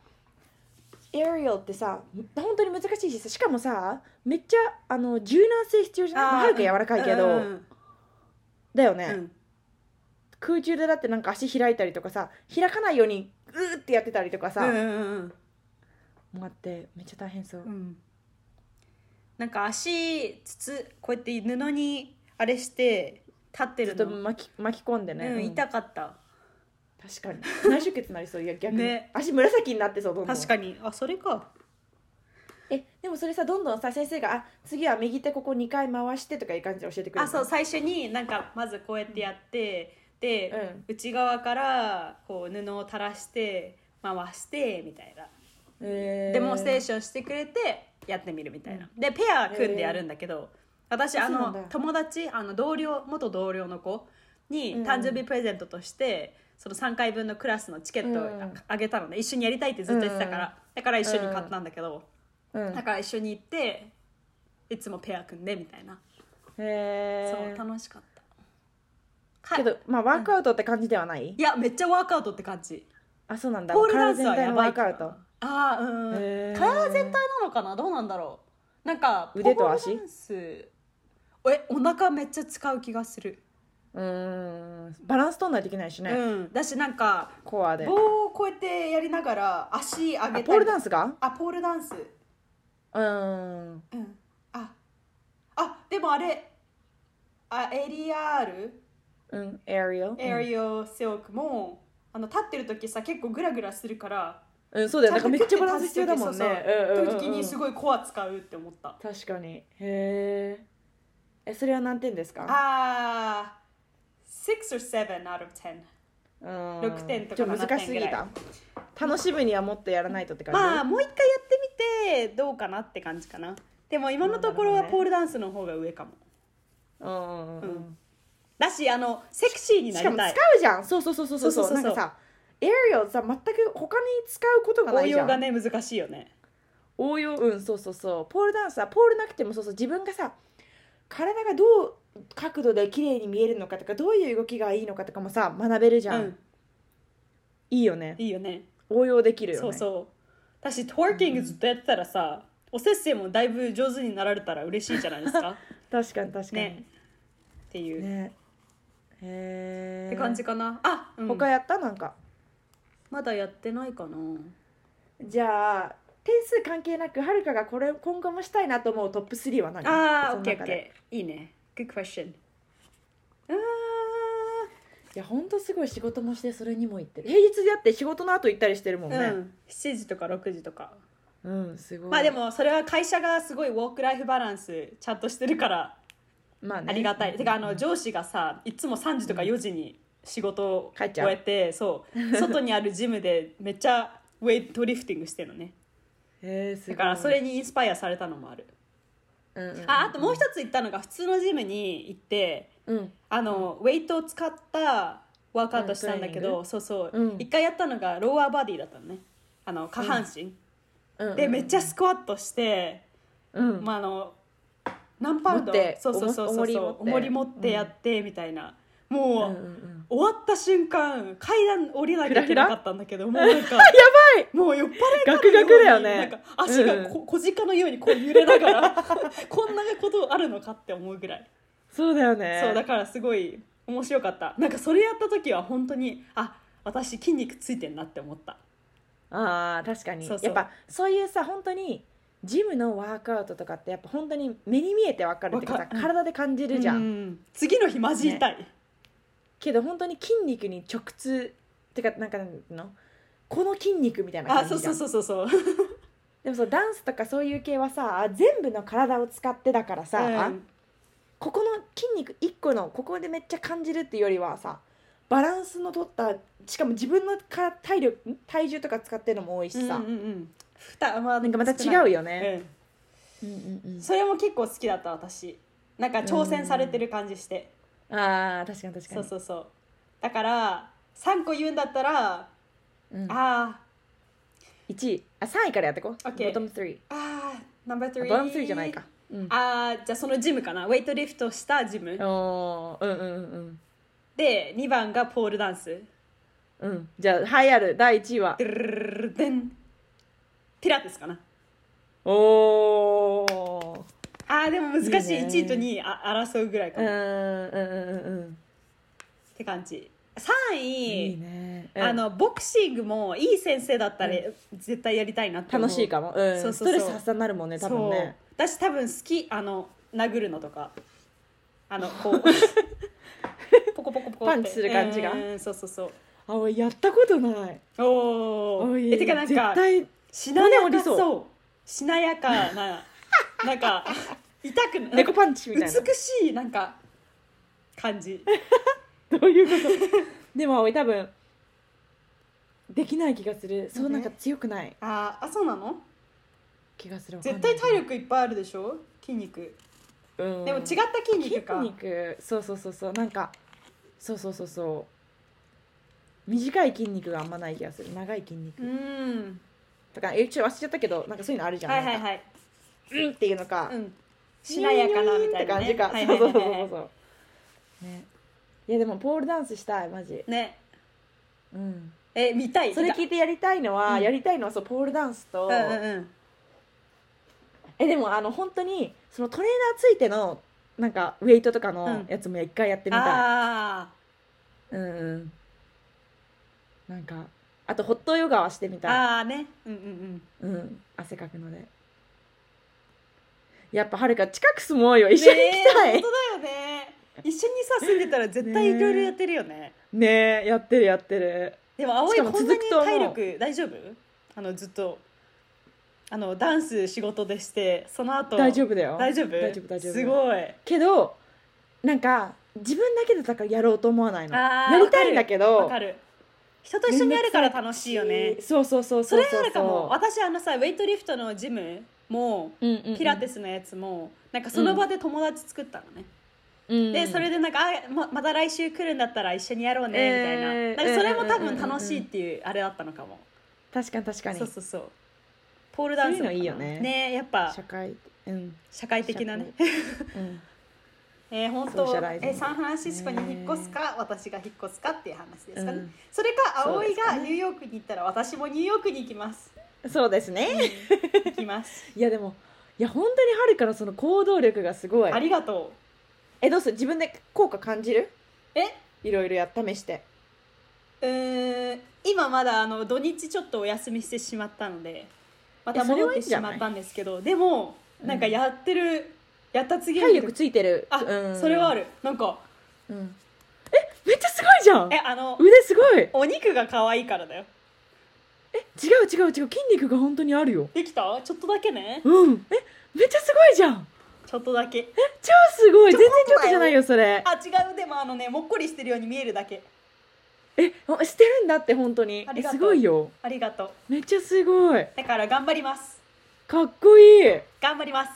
Speaker 2: エアリアルってさ本当に難しいしさしかもさめっちゃあの柔軟性必要じゃない
Speaker 1: あー
Speaker 2: 早く柔らかいけど、
Speaker 1: うんうん
Speaker 2: だよね、
Speaker 1: うんうん
Speaker 2: 空中でだってなんか足開いたりとかさ開かないようにうーってやってたりとかさ、
Speaker 1: う
Speaker 2: も
Speaker 1: んうん
Speaker 2: うあってめっちゃ大変そう、
Speaker 1: うんうんなんか足つつこうやって布にあれして立って
Speaker 2: ず
Speaker 1: る
Speaker 2: っと
Speaker 1: の、
Speaker 2: 巻き巻き込んでね、
Speaker 1: う、
Speaker 2: うんん
Speaker 1: 痛かった
Speaker 2: 確かに内出血になりそう いや逆に、
Speaker 1: ね
Speaker 2: 足紫になってそうどんどん
Speaker 1: 確かにあそれか
Speaker 2: えでもそれさどんどんさ先生が「あ次は右手ここ2回回して」とかいう感じで教えてくれる
Speaker 1: あそう
Speaker 2: そ
Speaker 1: 最初になんかまずこうやってやって、で、
Speaker 2: うん
Speaker 1: 内側からこう布を垂らして回してみたいな、
Speaker 2: う、えー、
Speaker 1: デモンステーションしてくれてやってみるみたいな、でペア組んでやるんだけど、私
Speaker 2: あ
Speaker 1: あ
Speaker 2: そうなん
Speaker 1: の
Speaker 2: だ
Speaker 1: 友達あの同僚元同僚の子に
Speaker 2: うん
Speaker 1: 誕生日プレゼントとして、その3回分のクラスのチケット
Speaker 2: う
Speaker 1: を
Speaker 2: ん
Speaker 1: あげたので、一緒にやりたいってずっと言ってたから、
Speaker 2: うん
Speaker 1: だから一緒に買ったんだけど、
Speaker 2: うん
Speaker 1: だから一緒に行っていつもペア組んでみたいな、
Speaker 2: へ
Speaker 1: そう
Speaker 2: ー
Speaker 1: 楽しかった。
Speaker 2: け
Speaker 1: はい
Speaker 2: どまあワークアウトって感じではない、
Speaker 1: いやめっちゃワークアウトって感じ
Speaker 2: あそうなんだ
Speaker 1: ポールダンスは
Speaker 2: 体
Speaker 1: や
Speaker 2: 全体の
Speaker 1: ば
Speaker 2: ワー
Speaker 1: い
Speaker 2: クアウト
Speaker 1: ああうん、
Speaker 2: へー
Speaker 1: 体全体なのかなどうなんだろうなんか
Speaker 2: 腕と足
Speaker 1: ポールダンスえお腹めっちゃ使う気がする、
Speaker 2: うーんバランス取んないといけないしね、
Speaker 1: うんだしなんか
Speaker 2: コアで
Speaker 1: 棒をこうやってやりながら足上げた
Speaker 2: あ
Speaker 1: り
Speaker 2: ポールダ
Speaker 1: ンス
Speaker 2: ンスが
Speaker 1: あポールダンス
Speaker 2: うーん
Speaker 1: うんああでもあれあエリアール
Speaker 2: うんエアリアル
Speaker 1: エリオセオクも、あの立ってる時さ結構グラグラするから
Speaker 2: うん、うん、そうだよなんかめっちゃバランス必要だもんね
Speaker 1: そううん
Speaker 2: うんうん
Speaker 1: そう
Speaker 2: うん
Speaker 1: 時にすごいコア使うって思った、
Speaker 2: 確かにへーえそれは何点ですか
Speaker 1: あー6 or 7 out of 10
Speaker 2: うん
Speaker 1: 六点とか
Speaker 2: ちょっ難しすぎ
Speaker 1: 七点ぐら
Speaker 2: た楽しむにはもっとやらないとって感じ、
Speaker 1: まあもう一回やってみてどうかなって感じかなでも今のところ
Speaker 2: な
Speaker 1: は
Speaker 2: るほどね
Speaker 1: ポールダンスの方が上かも
Speaker 2: うんうんうんう
Speaker 1: うんだしあのセクシーにな
Speaker 2: しか
Speaker 1: り
Speaker 2: も
Speaker 1: た
Speaker 2: 使う
Speaker 1: い
Speaker 2: じゃんそうそうそうそうそう
Speaker 1: そうそうそう
Speaker 2: なんかさエリアルさ全く他に使うことがな
Speaker 1: 応
Speaker 2: いじゃ
Speaker 1: 用
Speaker 2: ん
Speaker 1: がね難しいよね
Speaker 2: 応用うんそうそうそうポールダンスはポールなくてもそうそう自分がさ体がどう角度で綺麗に見えるのかとかどういう動きがいいのかとかもさ学べるじ
Speaker 1: う
Speaker 2: ゃん、
Speaker 1: ん
Speaker 2: いいよね
Speaker 1: いいよね
Speaker 2: 応用できるよね
Speaker 1: そうそう私トワーキングずっとやってたらさ、おせっせもだいぶ上手になられたら嬉しいじゃないです かっ
Speaker 2: 確かに確かに
Speaker 1: ねていう、
Speaker 2: ねへえ
Speaker 1: って感じかなあ、うん
Speaker 2: 他やったなんか
Speaker 1: まだやってないかな
Speaker 2: じゃあ点数関係なくはるかがこれ今後もしたいなと思うトップ3は何
Speaker 1: ああ
Speaker 2: そ
Speaker 1: オ
Speaker 2: の
Speaker 1: ッケーオ
Speaker 2: 中
Speaker 1: ッケ
Speaker 2: で
Speaker 1: ーいいね Good question あー
Speaker 2: いやほんとすごい仕事もしてそれにも行ってる平日であって仕事の後行ったりしてるもんね
Speaker 1: うん、7時とか6時とか
Speaker 2: うん、すごい
Speaker 1: まあでもそれは会社がすごいウォークライフバランスちゃんとしてるから
Speaker 2: まあね
Speaker 1: ありがたい、てかあの上司がさいつも3時とか4時に仕事を
Speaker 2: 帰っ
Speaker 1: 終
Speaker 2: ちゃう
Speaker 1: えてそう外にあるジムでめっちゃウェイトリフティングしてるのね
Speaker 2: へーすごい
Speaker 1: だからそれにインスパイアされたのもある、
Speaker 2: うんうんうん
Speaker 1: ああともう一つ言ったのが普通のジムに行って
Speaker 2: うん
Speaker 1: あの、ウェイトを使ったワークアウトしたんだけ
Speaker 2: うんトレーニン
Speaker 1: ど、そうそう
Speaker 2: うん
Speaker 1: 一、回やったのがローアーバディだったのねあの下半身、
Speaker 2: うんうん
Speaker 1: でめっちゃスクワットして、
Speaker 2: うん
Speaker 1: まああの何パウンド
Speaker 2: 持って
Speaker 1: そうそうそうそう
Speaker 2: 重り持って
Speaker 1: 重り持ってやってみたいな、もう、
Speaker 2: うんうんうん
Speaker 1: 終わった瞬間階段降りなきゃいけなかったんだけどもうなん か
Speaker 2: ばい
Speaker 1: もう酔っ払い
Speaker 2: ガクガクだよね
Speaker 1: なんか足がこ、小鹿のようにこう揺れながら こんなことあるのかって思うぐらい、
Speaker 2: そうだよね
Speaker 1: そうだからすごい面白かったなんかそれやった時は本当にあ私筋肉ついてんなって思った
Speaker 2: あー確かに
Speaker 1: そうそう
Speaker 2: やっぱそういうさ本当にジムのワークアウトとかってやっぱ本当に目に見えてわかるっていうかさ
Speaker 1: わかる
Speaker 2: 体で感じるじゃん、
Speaker 1: うん次の日マジ痛い、
Speaker 2: けど本当に筋肉に直通ってかなんかなんていうのこの筋肉みたいな
Speaker 1: あ
Speaker 2: 感じ
Speaker 1: そうそう
Speaker 2: う
Speaker 1: そうそうそう
Speaker 2: でもそうダンスとかそういう系はさあ全部の体を使ってだからさ、
Speaker 1: うん
Speaker 2: ここの筋肉一個のここでめっちゃ感じるっていうよりはさバランスの取ったしかも自分のか体力ん体重とか使ってるのも多いしさ、
Speaker 1: うんうんうんふたまあ
Speaker 2: なんかまた違う
Speaker 1: よ
Speaker 2: よね、
Speaker 1: うん
Speaker 2: うんうん
Speaker 1: それも結構好きだった私なんか挑戦されてる感じして、
Speaker 2: うん、あー確かに確か
Speaker 1: そ
Speaker 2: に
Speaker 1: うそうそうだから3個言うんだったら、
Speaker 2: うん、
Speaker 1: あ
Speaker 2: 1位あ3位からやってこう、
Speaker 1: OK
Speaker 2: ボトム3
Speaker 1: ーあーナンバー
Speaker 2: あ
Speaker 1: 3
Speaker 2: ボトム3じゃないかうん
Speaker 1: あーじゃあそのジムかなウェイトリフトしたジム
Speaker 2: おーうんうんうん
Speaker 1: で2番がポールダンス
Speaker 2: うんうんじゃあ栄えある第1位は
Speaker 1: ドゥルルルルルデンピラティスかな
Speaker 2: おー
Speaker 1: あーでも難しい
Speaker 2: いいね
Speaker 1: 1位と2位あ争うぐらいか
Speaker 2: う
Speaker 1: も、
Speaker 2: ん
Speaker 1: っ
Speaker 2: うんうんうんうん
Speaker 1: て感じ3位
Speaker 2: いいね、うん
Speaker 1: あのボクシングもいい先生だったら、絶対やりたいなって思う
Speaker 2: 楽しいかも、うん、
Speaker 1: そうそうそう
Speaker 2: ストレス発散になるもんね多分ね
Speaker 1: そう私多分好きあの殴るのとかあのこう ポコポコポコって
Speaker 2: パンチする感じが
Speaker 1: うんそうそうそう
Speaker 2: あ俺やったことない
Speaker 1: お
Speaker 2: お
Speaker 1: お
Speaker 2: い
Speaker 1: えてかなん
Speaker 2: 絶
Speaker 1: か
Speaker 2: 対
Speaker 1: しなや
Speaker 2: 骨折
Speaker 1: か
Speaker 2: りそう
Speaker 1: そうしなやかな なんか痛くない
Speaker 2: 猫パンチみたいな
Speaker 1: 美しいなんか感じ
Speaker 2: どういうこ とでも葵多分できない気がするそうなんか強くない
Speaker 1: あーあそうなの
Speaker 2: 気がする
Speaker 1: 絶対体力いっぱいあるでしょ筋肉
Speaker 2: 力、うん
Speaker 1: でも違った筋
Speaker 2: 筋
Speaker 1: 肉か
Speaker 2: 肉そうそうそうそうなんかそうそうそうそう短い筋肉があんまない気がする長い筋肉、
Speaker 1: うん
Speaker 2: とかえちょっと忘れちゃったけどなんかそういうのあるじゃん,、
Speaker 1: はいはい
Speaker 2: なんか
Speaker 1: はい
Speaker 2: うんっていうのか、
Speaker 1: うんしなやかなみたいな、ね、
Speaker 2: ニュイーン
Speaker 1: は
Speaker 2: って感
Speaker 1: いは
Speaker 2: じか、
Speaker 1: いはい
Speaker 2: そう
Speaker 1: は
Speaker 2: そうそうそう
Speaker 1: い
Speaker 2: そうねいやでもポールダンスしたいマジ
Speaker 1: ね
Speaker 2: うん
Speaker 1: え見たい
Speaker 2: それ
Speaker 1: 見た
Speaker 2: 聞いてやりたいのは、
Speaker 1: うん
Speaker 2: やりたいのはそうポールダンスと、
Speaker 1: うんうんうん
Speaker 2: えでもあの本当にそのトレーナーついてのなんかウェイトとか
Speaker 1: う
Speaker 2: の
Speaker 1: ん
Speaker 2: やつも一回やってみたい、
Speaker 1: あ
Speaker 2: うん、うんなんかあとホットヨガはしてみ
Speaker 1: ー
Speaker 2: たい、
Speaker 1: あーねうんうんうん
Speaker 2: うん、汗かくのでやっぱはるか近く住もうよ一緒に行きたい
Speaker 1: ねえ本当だよね一緒にさ住んでたら絶対いろいろやってるよね
Speaker 2: ねえやってるやってる
Speaker 1: でも葵
Speaker 2: し
Speaker 1: こ
Speaker 2: かも
Speaker 1: んなに
Speaker 2: 続くと思う
Speaker 1: 体力大丈夫あのずっとあのダンス仕事でしてその後
Speaker 2: 大丈夫だよ
Speaker 1: 大丈夫
Speaker 2: 大丈夫大丈夫
Speaker 1: すごい
Speaker 2: けどなんか自分だけでだからやろうと思わないの
Speaker 1: あ
Speaker 2: や
Speaker 1: ー
Speaker 2: りたいんだけど
Speaker 1: わかる人と一緒にやるから楽しいよね
Speaker 2: そうそうそう
Speaker 1: そうれ
Speaker 2: うう
Speaker 1: あるかも私あのさウェイトリフトのジムも
Speaker 2: うんうんうん
Speaker 1: ピラティスのやつもなんかその場で友達作ったのね、
Speaker 2: うん
Speaker 1: でそれでなんかあままた来週来るんだったら一緒にやろうねみたいな,、
Speaker 2: えー
Speaker 1: なんかそれも多
Speaker 2: うんうん
Speaker 1: 分
Speaker 2: うんうん
Speaker 1: 楽しいっていうあれだったのかも、
Speaker 2: 確かに確かに
Speaker 1: そうそうそうポールダンスもかな
Speaker 2: そういうのいいよね
Speaker 1: やっぱ
Speaker 2: 社会うん
Speaker 1: 社会的なね
Speaker 2: 社会うん
Speaker 1: えー、本
Speaker 2: ソーシャ
Speaker 1: 当
Speaker 2: ライズ
Speaker 1: えーサンフランシスコに引っ越すか、私が引っ越すかっていう話ですかね、
Speaker 2: うん
Speaker 1: それか
Speaker 2: そうで
Speaker 1: 葵
Speaker 2: すか
Speaker 1: が
Speaker 2: ね
Speaker 1: ニューヨークに行ったら私もニューヨークに行きます
Speaker 2: そうですね
Speaker 1: 行きます
Speaker 2: いやでもいや本当にはるかのその行動力がすごい
Speaker 1: ありがと
Speaker 2: えどうする自分で効果感じる
Speaker 1: うえ
Speaker 2: いろいろや試して
Speaker 1: うーん今まだあの土日ちょっとお休みしてしまったのでまた
Speaker 2: えそれ
Speaker 1: 戻っ
Speaker 2: はい
Speaker 1: て
Speaker 2: いんじ
Speaker 1: し
Speaker 2: ゃない
Speaker 1: まったんですけどでも
Speaker 2: うん
Speaker 1: なんかやってる、やった次の
Speaker 2: 体力ついてる
Speaker 1: あ、
Speaker 2: うん
Speaker 1: それはあるなんか
Speaker 2: うんえめっちゃすごいじゃん
Speaker 1: えあの
Speaker 2: 腕すごい違う
Speaker 1: お肉が可愛いからだよ
Speaker 2: 違う違う筋肉が本当にあるよ
Speaker 1: できたちょっとだけね
Speaker 2: うんえめっちゃすごいじゃん
Speaker 1: ちょっとだけ
Speaker 2: 超すごい
Speaker 1: ち
Speaker 2: 全
Speaker 1: ょ
Speaker 2: 然ちょっとじゃないよそれ
Speaker 1: あ違うでもあのねもっこりしてるように見えるだけ
Speaker 2: えあしてるんだって本当に
Speaker 1: あ
Speaker 2: え
Speaker 1: りがと
Speaker 2: す
Speaker 1: う
Speaker 2: ごいよ
Speaker 1: ありがとう
Speaker 2: めっちゃすごい
Speaker 1: だから頑張ります
Speaker 2: かっこいい
Speaker 1: 頑張ります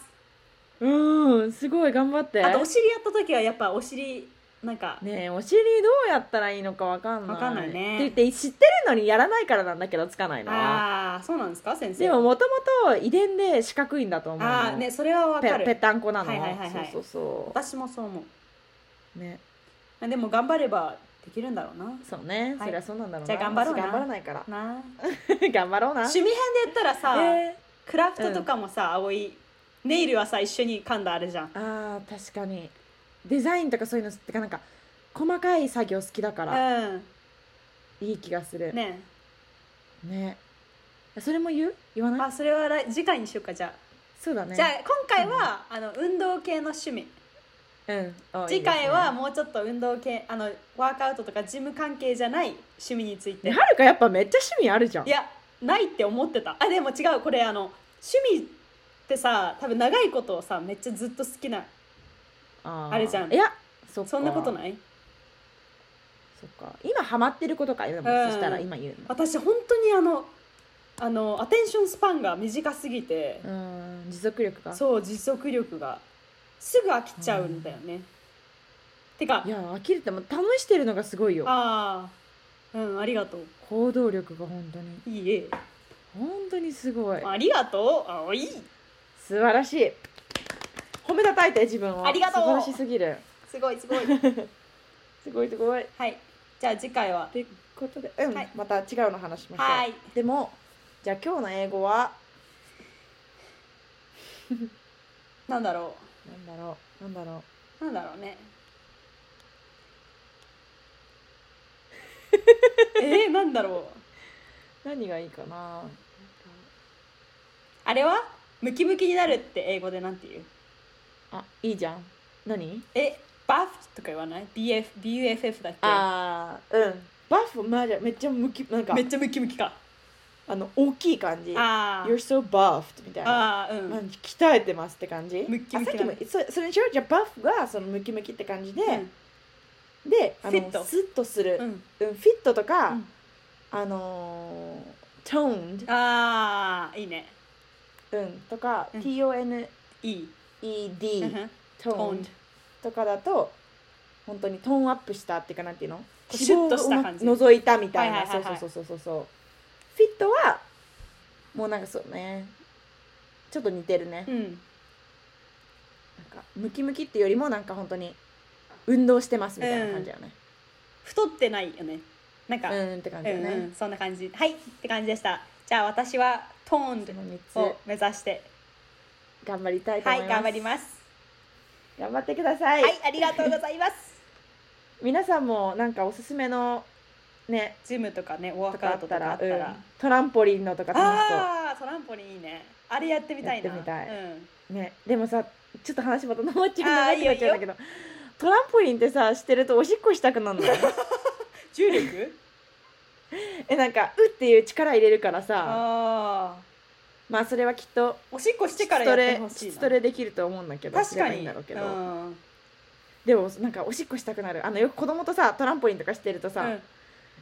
Speaker 2: うんすごい頑張って
Speaker 1: あとお尻やった時はやっぱお尻なんか、
Speaker 2: ねえお尻どうやったらいいのかわかんない
Speaker 1: わかんないね
Speaker 2: って言って知ってるのにやらないからなんだけどつかないのは
Speaker 1: ああそうなんですか先生
Speaker 2: でももともと遺伝で四角いんだと思うの
Speaker 1: ああねそれはわか
Speaker 2: ぺ
Speaker 1: る
Speaker 2: ぺったんこなの、
Speaker 1: はいはいはいはい
Speaker 2: そうそうそ
Speaker 1: 私もそう思
Speaker 2: うね
Speaker 1: うでも頑張ればできるんだろうな
Speaker 2: そう
Speaker 1: は
Speaker 2: ね、
Speaker 1: い
Speaker 2: それはそうなんだろう
Speaker 1: じ
Speaker 2: な
Speaker 1: ゃあ頑張ろうな
Speaker 2: 私頑張らないから
Speaker 1: な
Speaker 2: 頑張ろうな
Speaker 1: 趣味編で言ったらさ、
Speaker 2: え
Speaker 1: クラフトとかもさ、葵ネイルはさ一緒に噛んだあれじゃん
Speaker 2: ーあー確かにデザインとかそういうのってかなんか細かい作業好きだから
Speaker 1: う
Speaker 2: いい気がする
Speaker 1: ん
Speaker 2: ね
Speaker 1: ね
Speaker 2: それも言う言わ
Speaker 1: え
Speaker 2: ない
Speaker 1: あそれは来次回にしようかじゃあ、
Speaker 2: そうだね
Speaker 1: じゃあ今回は、あの運動系の趣味
Speaker 2: うんあいいですね
Speaker 1: 次回はもうちょっと運動系あのワークアウトとかジム関係じゃない趣味について
Speaker 2: ねはるかやっぱめっちゃ趣味あるじゃん
Speaker 1: いやないって思ってたあでも違うこれあの趣味ってさ多分長いことをさめっちゃずっと好きな
Speaker 2: あー
Speaker 1: あれじゃん
Speaker 2: いやそっか
Speaker 1: そんなことない
Speaker 2: そっか今ハマってることかでも、
Speaker 1: うん
Speaker 2: そしたら今言うの
Speaker 1: 私本当にあのあのアテンションスパンが短すぎて、
Speaker 2: うん持続力が
Speaker 1: そう持続力がすぐ飽きちゃうんだよね、てか
Speaker 2: いや飽きるっても試してるのがすごいよ
Speaker 1: ああうんありがとう
Speaker 2: 行動力が本当に
Speaker 1: いいえ
Speaker 2: 本当にすごい
Speaker 1: ありがとうあおい
Speaker 2: 素晴らしい褒めたたいて自分を
Speaker 1: ありがとう
Speaker 2: 素晴らしすぎる
Speaker 1: すごいす ごい
Speaker 2: すごいすごいっ
Speaker 1: はいじゃあ次回は
Speaker 2: てことでうん、
Speaker 1: はい
Speaker 2: また違うの話しましょう、
Speaker 1: はい
Speaker 2: でもじゃあ今日の英語は
Speaker 1: なんだろ
Speaker 2: なんだろうなんだろ
Speaker 1: うなんだろう ねえー、なんだろう
Speaker 2: う何がいいかな
Speaker 1: あれはムキムキになるって英語でなんて言う
Speaker 2: あいいじゃん何
Speaker 1: えバフとか言わない ?BF BUFF だっけ
Speaker 2: ああうんバフマジめっちゃむきなんか
Speaker 1: めっちゃムキムキか
Speaker 2: あの大きい感じ
Speaker 1: あ
Speaker 2: You're so buffed みたいな
Speaker 1: ああーう
Speaker 2: なん
Speaker 1: ん、
Speaker 2: か鍛えてますって感じ
Speaker 1: ムッキムキ
Speaker 2: あさっきもそそれにしようじゃあバフがそのムキムキって感じで、であの
Speaker 1: フィット
Speaker 2: スッとする、
Speaker 1: う
Speaker 2: うん
Speaker 1: ん、
Speaker 2: フィットとか、
Speaker 1: うん
Speaker 2: あのー、toned、
Speaker 1: ああいいね
Speaker 2: うん、とか、
Speaker 1: うん
Speaker 2: toned
Speaker 1: いい、うんふん
Speaker 2: toned とかだと本当にトーンアップしたっていうかなんていうの
Speaker 1: うシュッとした感じ
Speaker 2: 脂肪を除いたみたい
Speaker 1: は
Speaker 2: な
Speaker 1: は
Speaker 2: い
Speaker 1: い
Speaker 2: そ
Speaker 1: は
Speaker 2: う
Speaker 1: いはい
Speaker 2: そうそうそうそうフィットはもうなんかそうねちょっと似てるね、
Speaker 1: うん
Speaker 2: なんかムキムキっていうよりもなんか本当に運動してますみたいな感じだよね、
Speaker 1: 太ってないよねなんか、
Speaker 2: う
Speaker 1: うん
Speaker 2: んって感じ
Speaker 1: う
Speaker 2: だよ
Speaker 1: ん
Speaker 2: ね、
Speaker 1: そんな感じはいって感じでしたじゃあ私はトーン
Speaker 2: その3
Speaker 1: を
Speaker 2: つ
Speaker 1: 目指して
Speaker 2: 頑張りたいと
Speaker 1: は
Speaker 2: 思い
Speaker 1: い
Speaker 2: ま
Speaker 1: 頑
Speaker 2: す、
Speaker 1: 張ります
Speaker 2: 頑張ってください、
Speaker 1: はいありがとうございます
Speaker 2: 皆さんもなんかおすすめのね
Speaker 1: ジムとかねワー
Speaker 2: と
Speaker 1: クア
Speaker 2: かあ
Speaker 1: ウ
Speaker 2: っ
Speaker 1: トと
Speaker 2: た
Speaker 1: からあったら、
Speaker 2: うん、トランポリンのとか楽し
Speaker 1: ああートランポリンいいねあれやってみたいな
Speaker 2: やってみたい
Speaker 1: うん、
Speaker 2: そうねでもさちょっと話また長っちゃう
Speaker 1: あー
Speaker 2: 長くなっちゃうんだけどトランポリンってさしてるとおしっこしたくなるの
Speaker 1: 重力
Speaker 2: えなんかうっていう力入れるからさ
Speaker 1: ああ
Speaker 2: まあそれはきっと
Speaker 1: おしっこしてからや
Speaker 2: ト
Speaker 1: って
Speaker 2: レ
Speaker 1: ほしいな
Speaker 2: ストレできると思うんだけど
Speaker 1: 確
Speaker 2: すれ
Speaker 1: か
Speaker 2: ばいい
Speaker 1: に
Speaker 2: んだろうけど、
Speaker 1: うん
Speaker 2: でもなんかおしっこしたくなるあのよく子供とさトランポリンとかしてるとさ、
Speaker 1: うん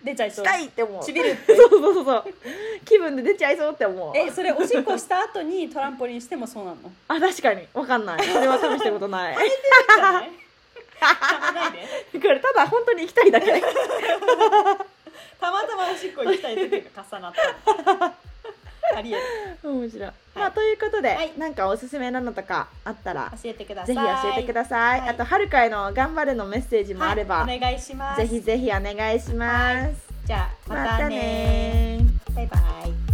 Speaker 1: 出ちゃいそう
Speaker 2: したいって思う
Speaker 1: ち
Speaker 2: そ う
Speaker 1: びる
Speaker 2: そうそうそう気分で出ちゃいそうって思う
Speaker 1: えそれおしっこした後に トランポリンしてもそうなの
Speaker 2: あ確かにわかんないそれは試したことない
Speaker 1: じゃないゃないで
Speaker 2: だからただ本当に行きたい だけ
Speaker 1: たまたまおしっこ行きたい時が重な ったありえる
Speaker 2: 面白い、まあということで、
Speaker 1: はい
Speaker 2: なんかおすすめなのとかあったら
Speaker 1: 教えてくださ
Speaker 2: ぜ
Speaker 1: い
Speaker 2: ひ教えてください、
Speaker 1: はい
Speaker 2: あとはるかへの頑張れのメッセージもあれば、
Speaker 1: はいお願いします
Speaker 2: ぜひぜひお願いします、
Speaker 1: じゃあま
Speaker 2: また
Speaker 1: たね
Speaker 2: ね
Speaker 1: バイバイ